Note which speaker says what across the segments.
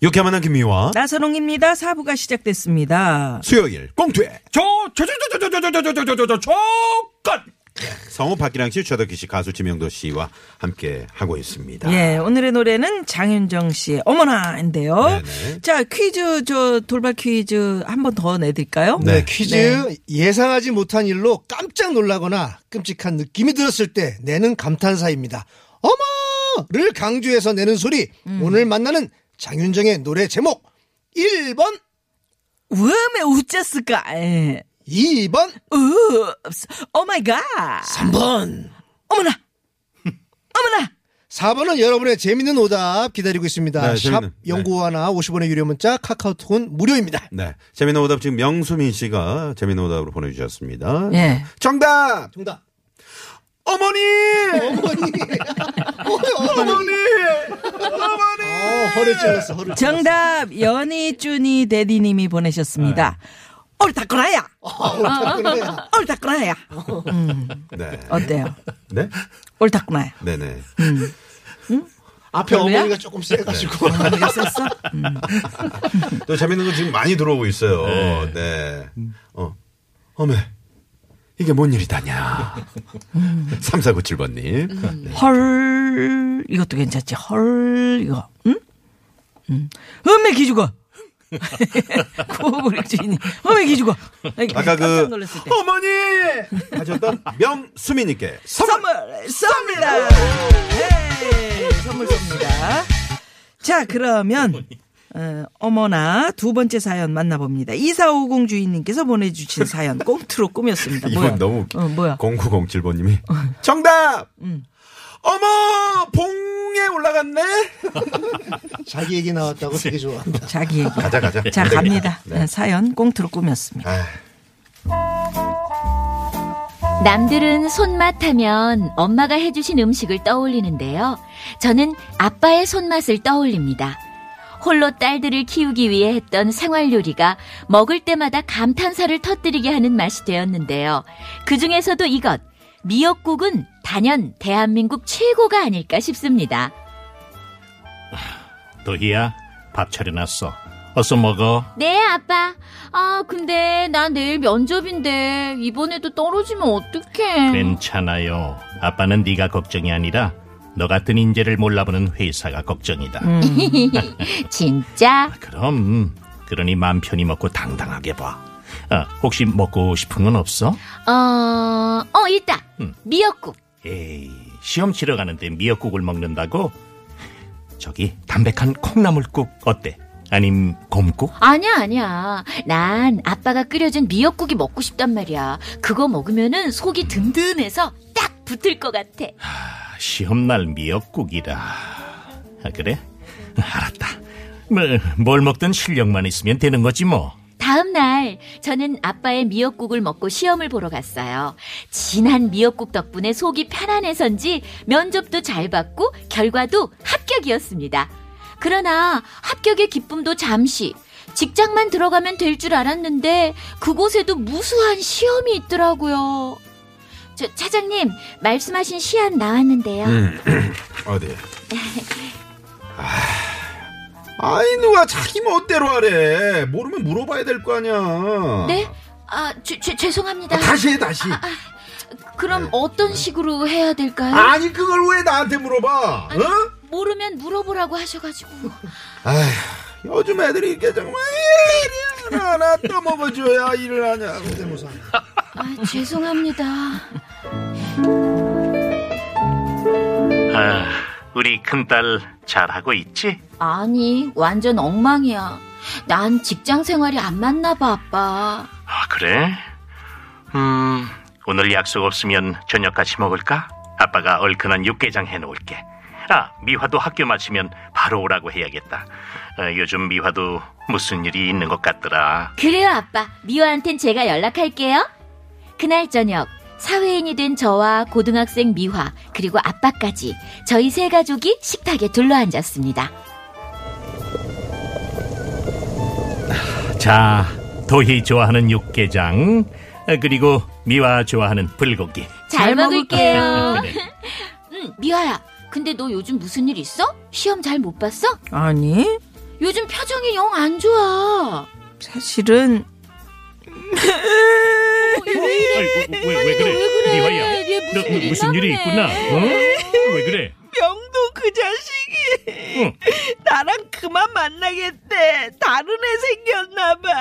Speaker 1: 이렇게 만난 김미화.
Speaker 2: 나선홍입니다. 사부가 시작됐습니다.
Speaker 1: 수요일 꽁투에
Speaker 3: 저저저저저저저저저저저 조건
Speaker 1: 성우 박기량 씨, 최덕기 씨, 가수 지명도 씨와 함께 하고 있습니다.
Speaker 2: 예, 오늘의 노래는 장윤정 씨의 어머나인데요.
Speaker 1: 네네.
Speaker 2: 자, 퀴즈, 저, 돌발 퀴즈 한 번 더 내드릴까요?
Speaker 1: 네.
Speaker 4: 네, 퀴즈 예상하지 못한 일로 깜짝 놀라거나 끔찍한 느낌이 들었을 때 내는 감탄사입니다. 어머를 강조해서 내는 소리.
Speaker 1: 음.
Speaker 4: 오늘 만나는 장윤정의 노래 제목 1번,
Speaker 2: 음에 웃자 쓸까? 예.
Speaker 4: 2번,
Speaker 2: 읍스. 오 마이 갓.
Speaker 4: 3번.
Speaker 2: 어머나. 어머나.
Speaker 4: 4번은 여러분의 재밌는 오답 기다리고 있습니다.
Speaker 1: 네,
Speaker 4: 샵
Speaker 1: 재밌는, 네.
Speaker 4: 0951나 50원의 유료 문자 카카오톡은 무료입니다.
Speaker 1: 네. 재미난 오답 지금 명수민 씨가 재미난 오답으로 보내주셨습니다.
Speaker 2: 예.
Speaker 1: 정답!
Speaker 4: 정답.
Speaker 1: 어머니!
Speaker 4: 어머니. 어머니. 어, 허를 찔렀어, 허를 찔렀어.
Speaker 2: 정답, 연희, 쭈니, 대디님이 보내셨습니다.
Speaker 1: 네.
Speaker 2: 옳다, 꼬라야.
Speaker 4: 아,
Speaker 2: 옳다, 꼬라야.
Speaker 1: 네.
Speaker 2: 어때요?
Speaker 1: 네?
Speaker 2: 옳다, 꼬라야.
Speaker 1: 네네.
Speaker 4: 앞에
Speaker 2: 별로야?
Speaker 4: 아. 어머니가 조금 세가지고.
Speaker 2: 있었어? 음.
Speaker 1: 또 재밌는 거 지금 많이 들어오고 있어요. 네. 어. 어메. 이게 뭔 일이다냐.
Speaker 2: 음.
Speaker 1: 3497번님.
Speaker 2: 헐 이것도 괜찮지 헐 이거 응? 음. 음의 기죽어 구호구리 주인님 음의 기죽어
Speaker 1: 아까
Speaker 2: 깜짝
Speaker 1: 그
Speaker 2: 놀랐을 때
Speaker 1: 어머니! 하셨던 명수민님께
Speaker 2: 선물 쏩니다 예, 선물 쏩니다 자 그러면 어, 어머나 두 번째 사연 만나봅니다 2450 주인님께서 보내주신 사연 꽁트로 꾸몄습니다
Speaker 1: 이건
Speaker 2: 뭐야?
Speaker 1: 너무 웃기.
Speaker 2: 어, 뭐야 어.
Speaker 1: 0907번님이 정답. 어머 봉에 올라갔네.
Speaker 4: 자기 얘기 나왔다고 되게 좋아한다.
Speaker 2: 자기 얘기
Speaker 1: 가자 가자.
Speaker 2: 자
Speaker 1: 안 되겠다.
Speaker 2: 갑니다
Speaker 1: 네.
Speaker 2: 사연 꽁트로 꾸몄습니다
Speaker 1: 아,
Speaker 5: 남들은 손맛하면 엄마가 해주신 음식을 떠올리는데요. 저는 아빠의 손맛을 떠올립니다. 홀로 딸들을 키우기 위해 했던 생활 요리가 먹을 때마다 감탄사를 터뜨리게 하는 맛이 되었는데요. 그 중에서도 이것, 미역국은 단연 대한민국 최고가 아닐까 싶습니다.
Speaker 3: 너희야 밥 차려놨어 어서 먹어
Speaker 5: 네, 아빠. 아, 근데 나 내일 면접인데 이번에도 떨어지면 어떡해.
Speaker 3: 음. 괜찮아요 아빠는 네가 걱정이 아니라 너 같은 인재를 몰라보는 회사가 걱정이다
Speaker 5: 음. 진짜?
Speaker 3: 그럼 그러니 맘 편히 먹고 당당하게 봐 아, 혹시 먹고 싶은 건 없어?
Speaker 5: 어, 어, 있다.
Speaker 3: 음.
Speaker 5: 미역국.
Speaker 3: 에이 시험 치러 가는데 미역국을 먹는다고? 저기 담백한 콩나물국 어때? 아님 곰국?
Speaker 5: 아니야, 아니야. 난 아빠가 끓여준 미역국이 먹고 싶단 말이야. 그거 먹으면은 속이 든든해서 딱 붙을 것 같아.
Speaker 3: 시험날 미역국이라. 아, 그래? 알았다. 뭘, 뭘 먹든 실력만 있으면 되는 거지 뭐.
Speaker 5: 다음날, 저는 아빠의 미역국을 먹고 시험을 보러 갔어요. 진한 미역국 덕분에 속이 편안해서인지 면접도 잘 받고 결과도 합격이었습니다. 그러나 합격의 기쁨도 잠시, 직장만 들어가면 될 줄 알았는데 그곳에도 무수한 시험이 있더라고요. 저, 차장님, 말씀하신 시안 나왔는데요.
Speaker 1: 어디? 아, 아이 누가 자기 멋대로 하래. 모르면 물어봐야 될 거 아니야.
Speaker 5: 네? 아, 죄- 죄- 죄송합니다.
Speaker 1: 아, 다시 해 다시.
Speaker 5: 그럼 어떤 식으로 해야 될까요?
Speaker 1: 아니 그걸 왜 나한테 물어봐?
Speaker 5: 아니,
Speaker 1: 어?
Speaker 5: 모르면 물어보라고 하셔가지고.
Speaker 1: 아휴, 요즘 애들이 이게 정말 일이 하나 떠먹어줘야 일을 하냐고.
Speaker 5: 아, 죄송합니다.
Speaker 3: 아, 우리 큰딸 잘하고 있지?
Speaker 5: 아니, 완전 엉망이야. 난 직장 생활이 안 맞나 봐, 아빠.
Speaker 3: 아, 그래? 음, 오늘 약속 없으면 저녁 같이 먹을까? 아빠가 얼큰한 육개장 해놓을게. 아, 미화도 학교 마치면 바로 오라고 해야겠다. 어, 요즘 미화도 무슨 일이 있는 것 같더라.
Speaker 5: 그래요, 아빠. 미화한텐 제가 연락할게요. 그날 저녁, 사회인이 된 저와 고등학생 미화, 그리고 아빠까지 저희 세 가족이 식탁에 둘러앉았습니다.
Speaker 3: 자, 도희 좋아하는 육개장, 어, 그리고 미화 좋아하는 불고기.
Speaker 5: 잘,
Speaker 2: 잘
Speaker 5: 먹을게요.
Speaker 3: 그래.
Speaker 5: 응, 미화야. 근데 너 요즘 무슨 일 있어? 시험 잘 못 봤어?
Speaker 2: 아니,
Speaker 5: 요즘 표정이 영 안 좋아.
Speaker 2: 사실은
Speaker 3: 아이고, 왜, 왜 그래? 미화야,
Speaker 5: 얘
Speaker 3: 너
Speaker 5: 무슨
Speaker 3: 무-
Speaker 5: 일이
Speaker 3: 무슨 일이
Speaker 5: 있나
Speaker 3: 있구나. 어? 왜 그래?
Speaker 2: 명동 그 자식이
Speaker 3: 응.
Speaker 2: 나랑 그만 만나겠대. 다른 애 생겼나 봐.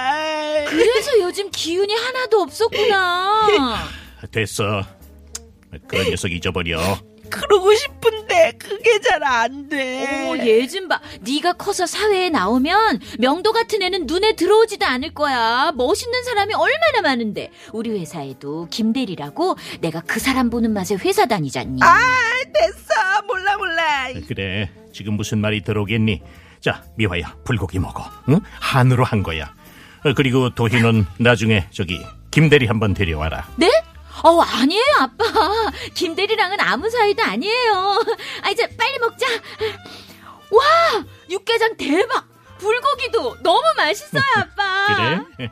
Speaker 5: 그래서 요즘 기운이 하나도 없었구나.
Speaker 3: 됐어. 그 녀석 잊어버려.
Speaker 2: 그러고 싶은데 그게 잘 안 돼.
Speaker 5: 어머 얘 좀 봐. 네가 커서 사회에 나오면 명도 같은 애는 눈에 들어오지도 않을 거야. 멋있는 사람이 얼마나 많은데. 우리 회사에도 김대리라고 내가 그 사람 보는 맛에 회사 다니잖니.
Speaker 2: 됐어. 몰라 몰라.
Speaker 3: 그래, 지금 무슨 말이 들어오겠니? 자, 미화야, 불고기 먹어. 응? 한으로 한 거야. 어, 그리고 도희는 나중에 저기 김대리 한번 데려와라.
Speaker 5: 네? 어 아니에요 아빠. 김대리랑은 아무 사이도 아니에요. 아 이제 빨리 먹자. 와 육개장 대박. 불고기도 너무 맛있어요 아빠.
Speaker 3: 그래?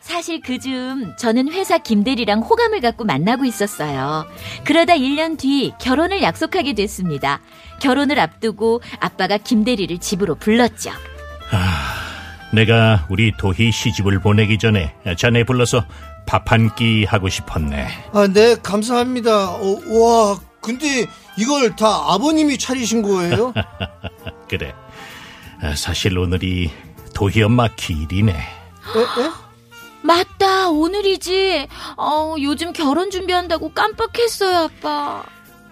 Speaker 5: 사실 그즈음 저는 회사 김대리랑 호감을 갖고 만나고 있었어요. 그러다 1년 뒤 결혼을 약속하게 됐습니다. 결혼을 앞두고 아빠가 김대리를 집으로 불렀죠.
Speaker 3: 내가 우리 도희 시집을 보내기 전에 자네 불러서 밥 한 끼 하고 싶었네.
Speaker 4: 아, 네, 감사합니다. 어, 와, 근데 이걸 다 아버님이 차리신 거예요?
Speaker 3: 그래. 아, 사실 오늘이 도희 엄마 기일이네.
Speaker 5: 맞다, 오늘이지. 어, 요즘 결혼 준비한다고 깜빡했어요, 아빠.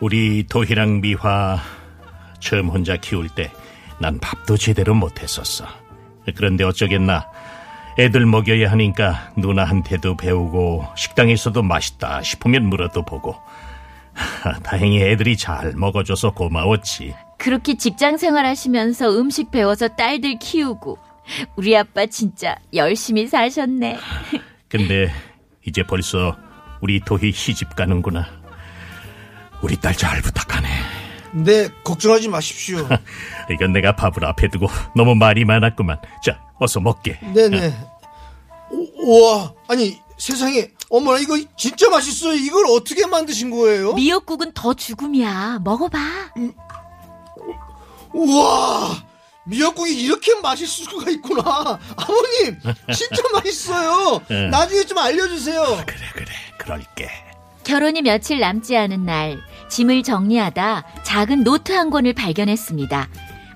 Speaker 3: 우리 도희랑 미화 처음 혼자 키울 때 난 밥도 제대로 못했었어. 그런데 어쩌겠나. 애들 먹여야 하니까 누나한테도 배우고 식당에서도 맛있다 싶으면 물어도 보고. 하, 다행히 애들이 잘 먹어줘서 고마웠지.
Speaker 5: 그렇게 직장 생활하시면서 음식 배워서 딸들 키우고. 우리 아빠 진짜 열심히 사셨네.
Speaker 3: 근데 이제 벌써 우리 도희 시집 가는구나. 우리 딸 잘 부탁하네.
Speaker 4: 네, 걱정하지 마십시오.
Speaker 3: 이건 내가 밥을 앞에 두고 너무 말이 많았구만. 자, 어서 먹게.
Speaker 4: 네네. 오, 와, 아니, 세상에. 어머나, 이거 진짜 맛있어요. 이걸 어떻게 만드신 거예요?
Speaker 5: 미역국은 더 죽음이야. 먹어봐.
Speaker 4: 우와! 미역국이 이렇게 맛있을 수가 있구나. 아버님, 진짜 맛있어요. 나중에 좀 알려주세요.
Speaker 3: 그래, 그래. 그럴게.
Speaker 5: 결혼이 며칠 남지 않은 날, 짐을 정리하다 작은 노트 한 권을 발견했습니다.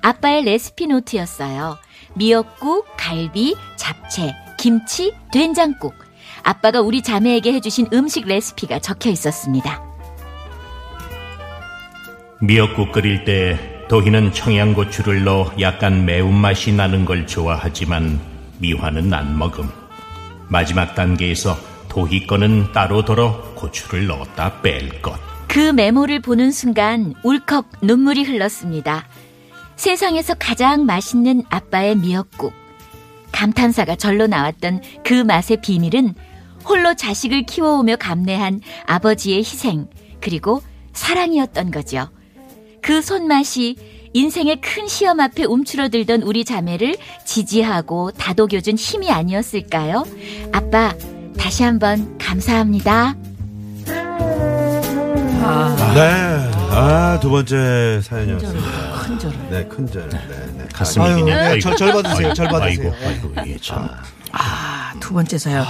Speaker 5: 아빠의 레시피 노트였어요. 미역국, 갈비, 잡채, 김치, 된장국. 아빠가 우리 자매에게 해주신 음식 레시피가 적혀 있었습니다.
Speaker 3: 미역국 끓일 때 도희는 청양고추를 넣어 약간 매운맛이 나는 걸 좋아하지만 미화는 안 먹음. 마지막 단계에서 도희 거는 따로 덜어 고추를 넣었다 뺄 것.
Speaker 5: 그 메모를 보는 순간 울컥 눈물이 흘렀습니다. 세상에서 가장 맛있는 아빠의 미역국. 감탄사가 절로 나왔던 그 맛의 비밀은 홀로 자식을 키워오며 감내한 아버지의 희생, 그리고 사랑이었던 거죠. 그 손맛이 인생의 큰 시험 앞에 움츠러들던 우리 자매를 지지하고 다독여준 힘이 아니었을까요? 아빠, 다시 한번 감사합니다.
Speaker 1: 네. 아, 두 번째 사연이었습니다.
Speaker 2: 큰절을.
Speaker 1: 네, 큰절. 네, 네.
Speaker 3: 가슴이
Speaker 4: 아유,
Speaker 3: 그냥
Speaker 4: 네, 절- 절 받으세요,
Speaker 3: 아이고,
Speaker 4: 절 받으세요.
Speaker 3: 아이고, 아이고, 이게 참.
Speaker 2: 아, 두 번째 사연.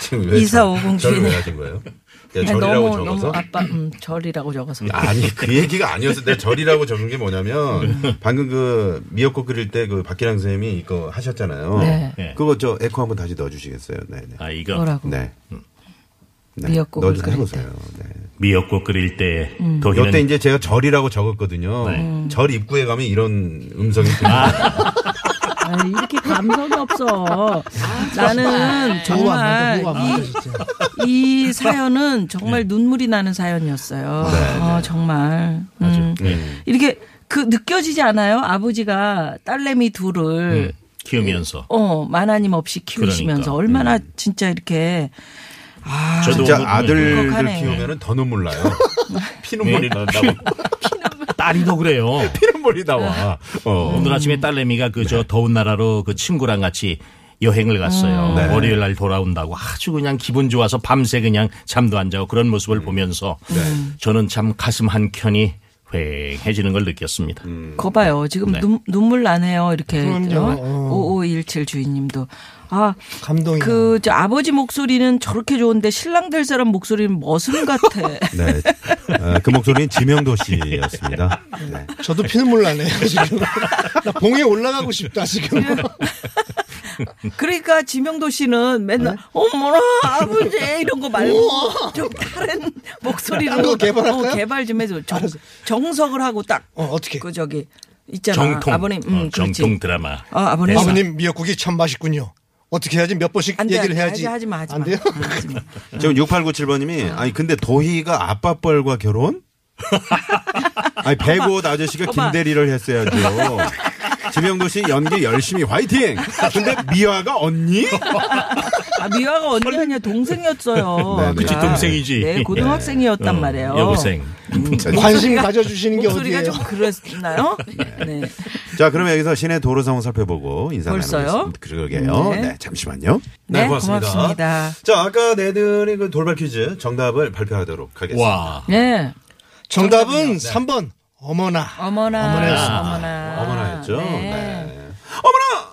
Speaker 1: 지금 왜
Speaker 2: 이사오공
Speaker 1: 절- 절을
Speaker 2: 주인의-
Speaker 1: 왜 하신 거예요?
Speaker 2: 아니,
Speaker 1: 그냥 절이라고
Speaker 2: 너무
Speaker 1: 적어서?
Speaker 2: 너무 아빠 음, 절이라고 적어서.
Speaker 1: 아니 그 얘기가 아니었어. 내가 절이라고 적은 게 뭐냐면 방금 그 미역국 끓일 때 그 박기랑 선생님이 이거 하셨잖아요.
Speaker 2: 네.
Speaker 3: 네.
Speaker 1: 그거 저 에코 한번 다시 넣어주시겠어요? 네, 네.
Speaker 3: 아, 이거.
Speaker 2: 뭐라고?
Speaker 1: 네. 네.
Speaker 2: 미역국을
Speaker 1: 넣어주세요.
Speaker 2: 끓일
Speaker 1: 해보세요. 네.
Speaker 3: 미역국 끓일 때
Speaker 2: 음.
Speaker 3: 도희는 네.
Speaker 1: 여태 이제 제가 절이라고 적었거든요. 절 입구에 가면 이런 음성이 들려요.
Speaker 6: 아, 이렇게 감성이 없어. 나는
Speaker 4: 뭐가 안
Speaker 2: 정말
Speaker 4: 맞아, 뭐가 안 맞아, 진짜.
Speaker 2: 이 사연은 정말 눈물이 나는 사연이었어요. 어, 정말. 음.
Speaker 1: 네.
Speaker 2: 이렇게 그 느껴지지 않아요? 아버지가 딸내미 둘을
Speaker 3: 그 키우면서
Speaker 2: 어 만화님 없이 키우시면서
Speaker 3: 음. 그러니까.
Speaker 2: 얼마나 진짜 이렇게 아
Speaker 3: 저도 뭐
Speaker 1: 진짜
Speaker 3: 오늘-
Speaker 1: 아들들
Speaker 2: 행복하네.
Speaker 1: 키우면은 더 눈물 나요.
Speaker 3: 피눈물이 난다고. 딸이 더 그래요.
Speaker 1: 피눈물이 나와. 어.
Speaker 3: 오늘 아침에 딸내미가 그
Speaker 1: 네.
Speaker 3: 저 더운 나라로 그 친구랑 같이 여행을 갔어요.
Speaker 2: 음.
Speaker 1: 네.
Speaker 3: 월요일 날 돌아온다고 아주 그냥 기분 좋아서 밤새 그냥 잠도 안 자고 그런 모습을
Speaker 1: 음.
Speaker 3: 보면서
Speaker 1: 네.
Speaker 3: 저는 참 가슴 한 켠이 휑해지는 걸 느꼈습니다.
Speaker 1: 음.
Speaker 2: 거 봐요. 지금
Speaker 3: 네.
Speaker 2: 눈, 눈물 나네요. 이렇게
Speaker 4: 그럼요. 어.
Speaker 2: 5517 주인님도 아
Speaker 4: 감동이.
Speaker 2: 그 저 아버지 목소리는 저렇게 좋은데 신랑 될 사람 목소리는 머슴 같아.
Speaker 1: 네. 어, 그 목소리는 지명도 씨였습니다. 네.
Speaker 4: 저도 피눈물 나네요, 지금. 나 봉에 올라가고 싶다, 지금.
Speaker 2: 그러니까 지명도 씨는
Speaker 4: 네?
Speaker 2: 맨날 어머나 아버지 이런 거 말고 좀 다른
Speaker 4: 다른
Speaker 2: 목소리로
Speaker 4: 거 개발할까요?
Speaker 2: 어, 개발 좀 해줘. 정, 정석을 하고 딱.
Speaker 4: 어, 어떻게?
Speaker 2: 그 저기 있잖아.
Speaker 3: 정통.
Speaker 2: 아버님, 음,
Speaker 3: 어,
Speaker 2: 그렇지.
Speaker 3: 정통 드라마.
Speaker 2: 아,
Speaker 1: 네.
Speaker 2: 아버님.
Speaker 3: 대사.
Speaker 4: 아버님 미역국이 참 맛있군요. 어떻게 해야지 몇 번씩
Speaker 2: 안 돼,
Speaker 4: 얘기를
Speaker 2: 안 돼,
Speaker 4: 해야지.
Speaker 2: 하지 마, 하지
Speaker 4: 안
Speaker 2: 마.
Speaker 4: 돼요?
Speaker 2: 음, 하지 마.
Speaker 1: 지금 6897번님이 아니 근데 도희가 아빠 뻘과 결혼? 아니 백옷 아저씨가
Speaker 2: 어머.
Speaker 1: 김대리를 했어야죠. 지명도 씨 연기 열심히 화이팅. 근데 미화가 언니?
Speaker 2: 아, 미화가 언니 아니야 동생이었어요.
Speaker 1: 네, 네.
Speaker 3: 그치,
Speaker 2: 아,
Speaker 3: 동생이지.
Speaker 2: 네, 고등학생이었단
Speaker 3: 어,
Speaker 2: 말이에요. 음.
Speaker 3: 여고생.
Speaker 4: 관심 가져주시는 게
Speaker 2: 목소리가
Speaker 4: 어디예요?
Speaker 2: 좀 그랬나요? 네.
Speaker 1: 자 그럼 여기서 시내 도로 상황 살펴보고 인사
Speaker 2: 벌써요?
Speaker 1: 나누겠습니다. 그러게요.
Speaker 2: 네.
Speaker 1: 네 잠시만요.
Speaker 2: 네, 고맙습니다.
Speaker 1: 자 아까 내드린 그 돌발 퀴즈 정답을 발표하도록 하겠습니다.
Speaker 3: 와.
Speaker 2: 네.
Speaker 4: 정답은 3번. 어머나.
Speaker 2: 어머나.
Speaker 4: 어머나였습니다.
Speaker 3: 아,
Speaker 2: 어머나.
Speaker 1: 어머나였죠.
Speaker 2: 네.
Speaker 1: 네. 어머나!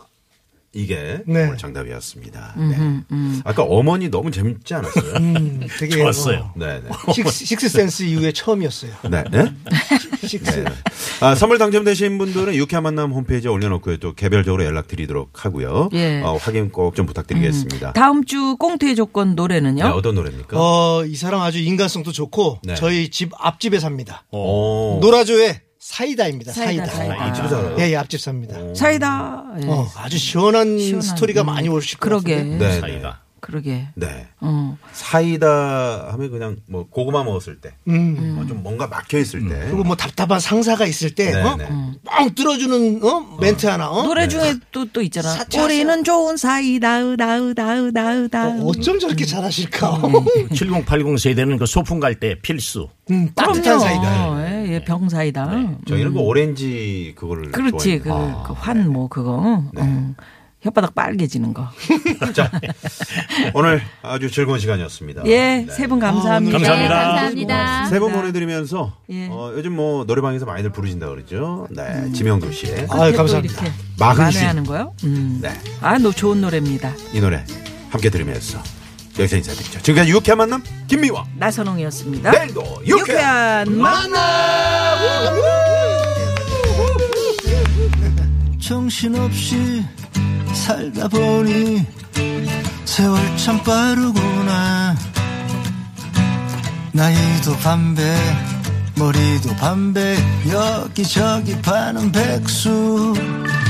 Speaker 1: 이게
Speaker 4: 네.
Speaker 1: 오늘 정답이었습니다. 네.
Speaker 2: 음.
Speaker 1: 아까 어머니 너무 재밌지 않았어요?
Speaker 4: 음, 되게
Speaker 3: 좋았어요.
Speaker 1: 네, 네.
Speaker 4: 어, 식스, 식스센스 이후에 처음이었어요.
Speaker 1: 네, 네.
Speaker 4: 식스.
Speaker 1: 아, 선물 당첨되신 분들은 유쾌한 만남 홈페이지에 올려놓고요. 또 개별적으로 연락드리도록 하고요.
Speaker 2: 예.
Speaker 1: 어, 확인 꼭 좀 부탁드리겠습니다.
Speaker 3: 네.
Speaker 2: 다음 주 꽁트의 조건
Speaker 1: 네,
Speaker 2: 노래는요?
Speaker 1: 어떤 노래입니까?
Speaker 4: 어, 이 사람 아주 인간성도 좋고
Speaker 1: 네.
Speaker 4: 저희 집 앞집에 삽니다.
Speaker 2: 음.
Speaker 1: 오.
Speaker 4: 노라조의 사이다입니다.
Speaker 2: 사이다,
Speaker 4: 사이다.
Speaker 2: 사이다.
Speaker 1: 이집 살아요? 어.
Speaker 4: 예, 예, 앞집 삽니다.
Speaker 2: 사이다. 예.
Speaker 4: 어, 아주 시원한,
Speaker 2: 시원한,
Speaker 4: 스토리가
Speaker 2: 음,
Speaker 4: 많이 오실 것
Speaker 2: 그러게.
Speaker 4: 같은데.
Speaker 1: 네, 네.
Speaker 3: 사이다.
Speaker 2: 그러게.
Speaker 1: 네.
Speaker 2: 어.
Speaker 1: 사이다 하면 그냥 뭐 고구마 먹었을 때,
Speaker 4: 음.
Speaker 1: 어, 좀 뭔가 막혀 있을 때.
Speaker 4: 그리고 뭐 답답한 상사가 있을 때,
Speaker 1: 네,
Speaker 4: 어?
Speaker 1: 네.
Speaker 4: 뻥 뚫어주는, 어? 멘트 하나, 어?
Speaker 2: 노래 중에 또, 또 있잖아.
Speaker 4: 사치하세요.
Speaker 2: 우리는 좋은 사이다, 으다, 으다, 으다,
Speaker 4: 어,
Speaker 2: 으다.
Speaker 4: 어쩜 저렇게 잘하실까?
Speaker 7: 음.
Speaker 3: 7080 세대는 그 소풍 갈 때 필수.
Speaker 4: 음, 따뜻한
Speaker 2: 그럼요.
Speaker 4: 사이다.
Speaker 2: 예, 예, 병사이다.
Speaker 1: 저희는
Speaker 4: 음.
Speaker 1: 그 오렌지 그거를
Speaker 2: 그렇지, 그,
Speaker 1: 좋아해요.
Speaker 2: 그
Speaker 4: 네.
Speaker 2: 환, 뭐, 그거. 음. 혓바닥 빨개지는
Speaker 4: 아,
Speaker 2: 거.
Speaker 1: 아, 오늘 아주 즐거운 시간이었습니다.
Speaker 2: 예, 세
Speaker 4: 아,
Speaker 2: 분 감사합니다.
Speaker 5: 네,
Speaker 3: 감사합니다.
Speaker 5: 감사합니다.
Speaker 1: 세 번 보내드리면서
Speaker 2: 예. 음.
Speaker 1: 어, 요즘 뭐 노래방에서 많이들 부르신다 그러죠. 네, 지명도 씨의
Speaker 4: 아유,
Speaker 2: 또
Speaker 4: 감사합니다.
Speaker 2: 이렇게
Speaker 1: 마흔시
Speaker 2: 만회하는 거요? 음.
Speaker 1: 네,
Speaker 2: 아, 너 좋은 노래입니다.
Speaker 1: 이 노래 함께 들으면서 여기서 인사드리죠. 지금까지 유쾌한 만남 김미화
Speaker 2: 나선홍이었습니다.
Speaker 4: 네,
Speaker 1: 내일도 유쾌한
Speaker 2: 유쾌한 마.
Speaker 7: 정신없이 살다 보니 세월 참 빠르구나 나이도 반배 머리도 반배 여기저기 파는 백수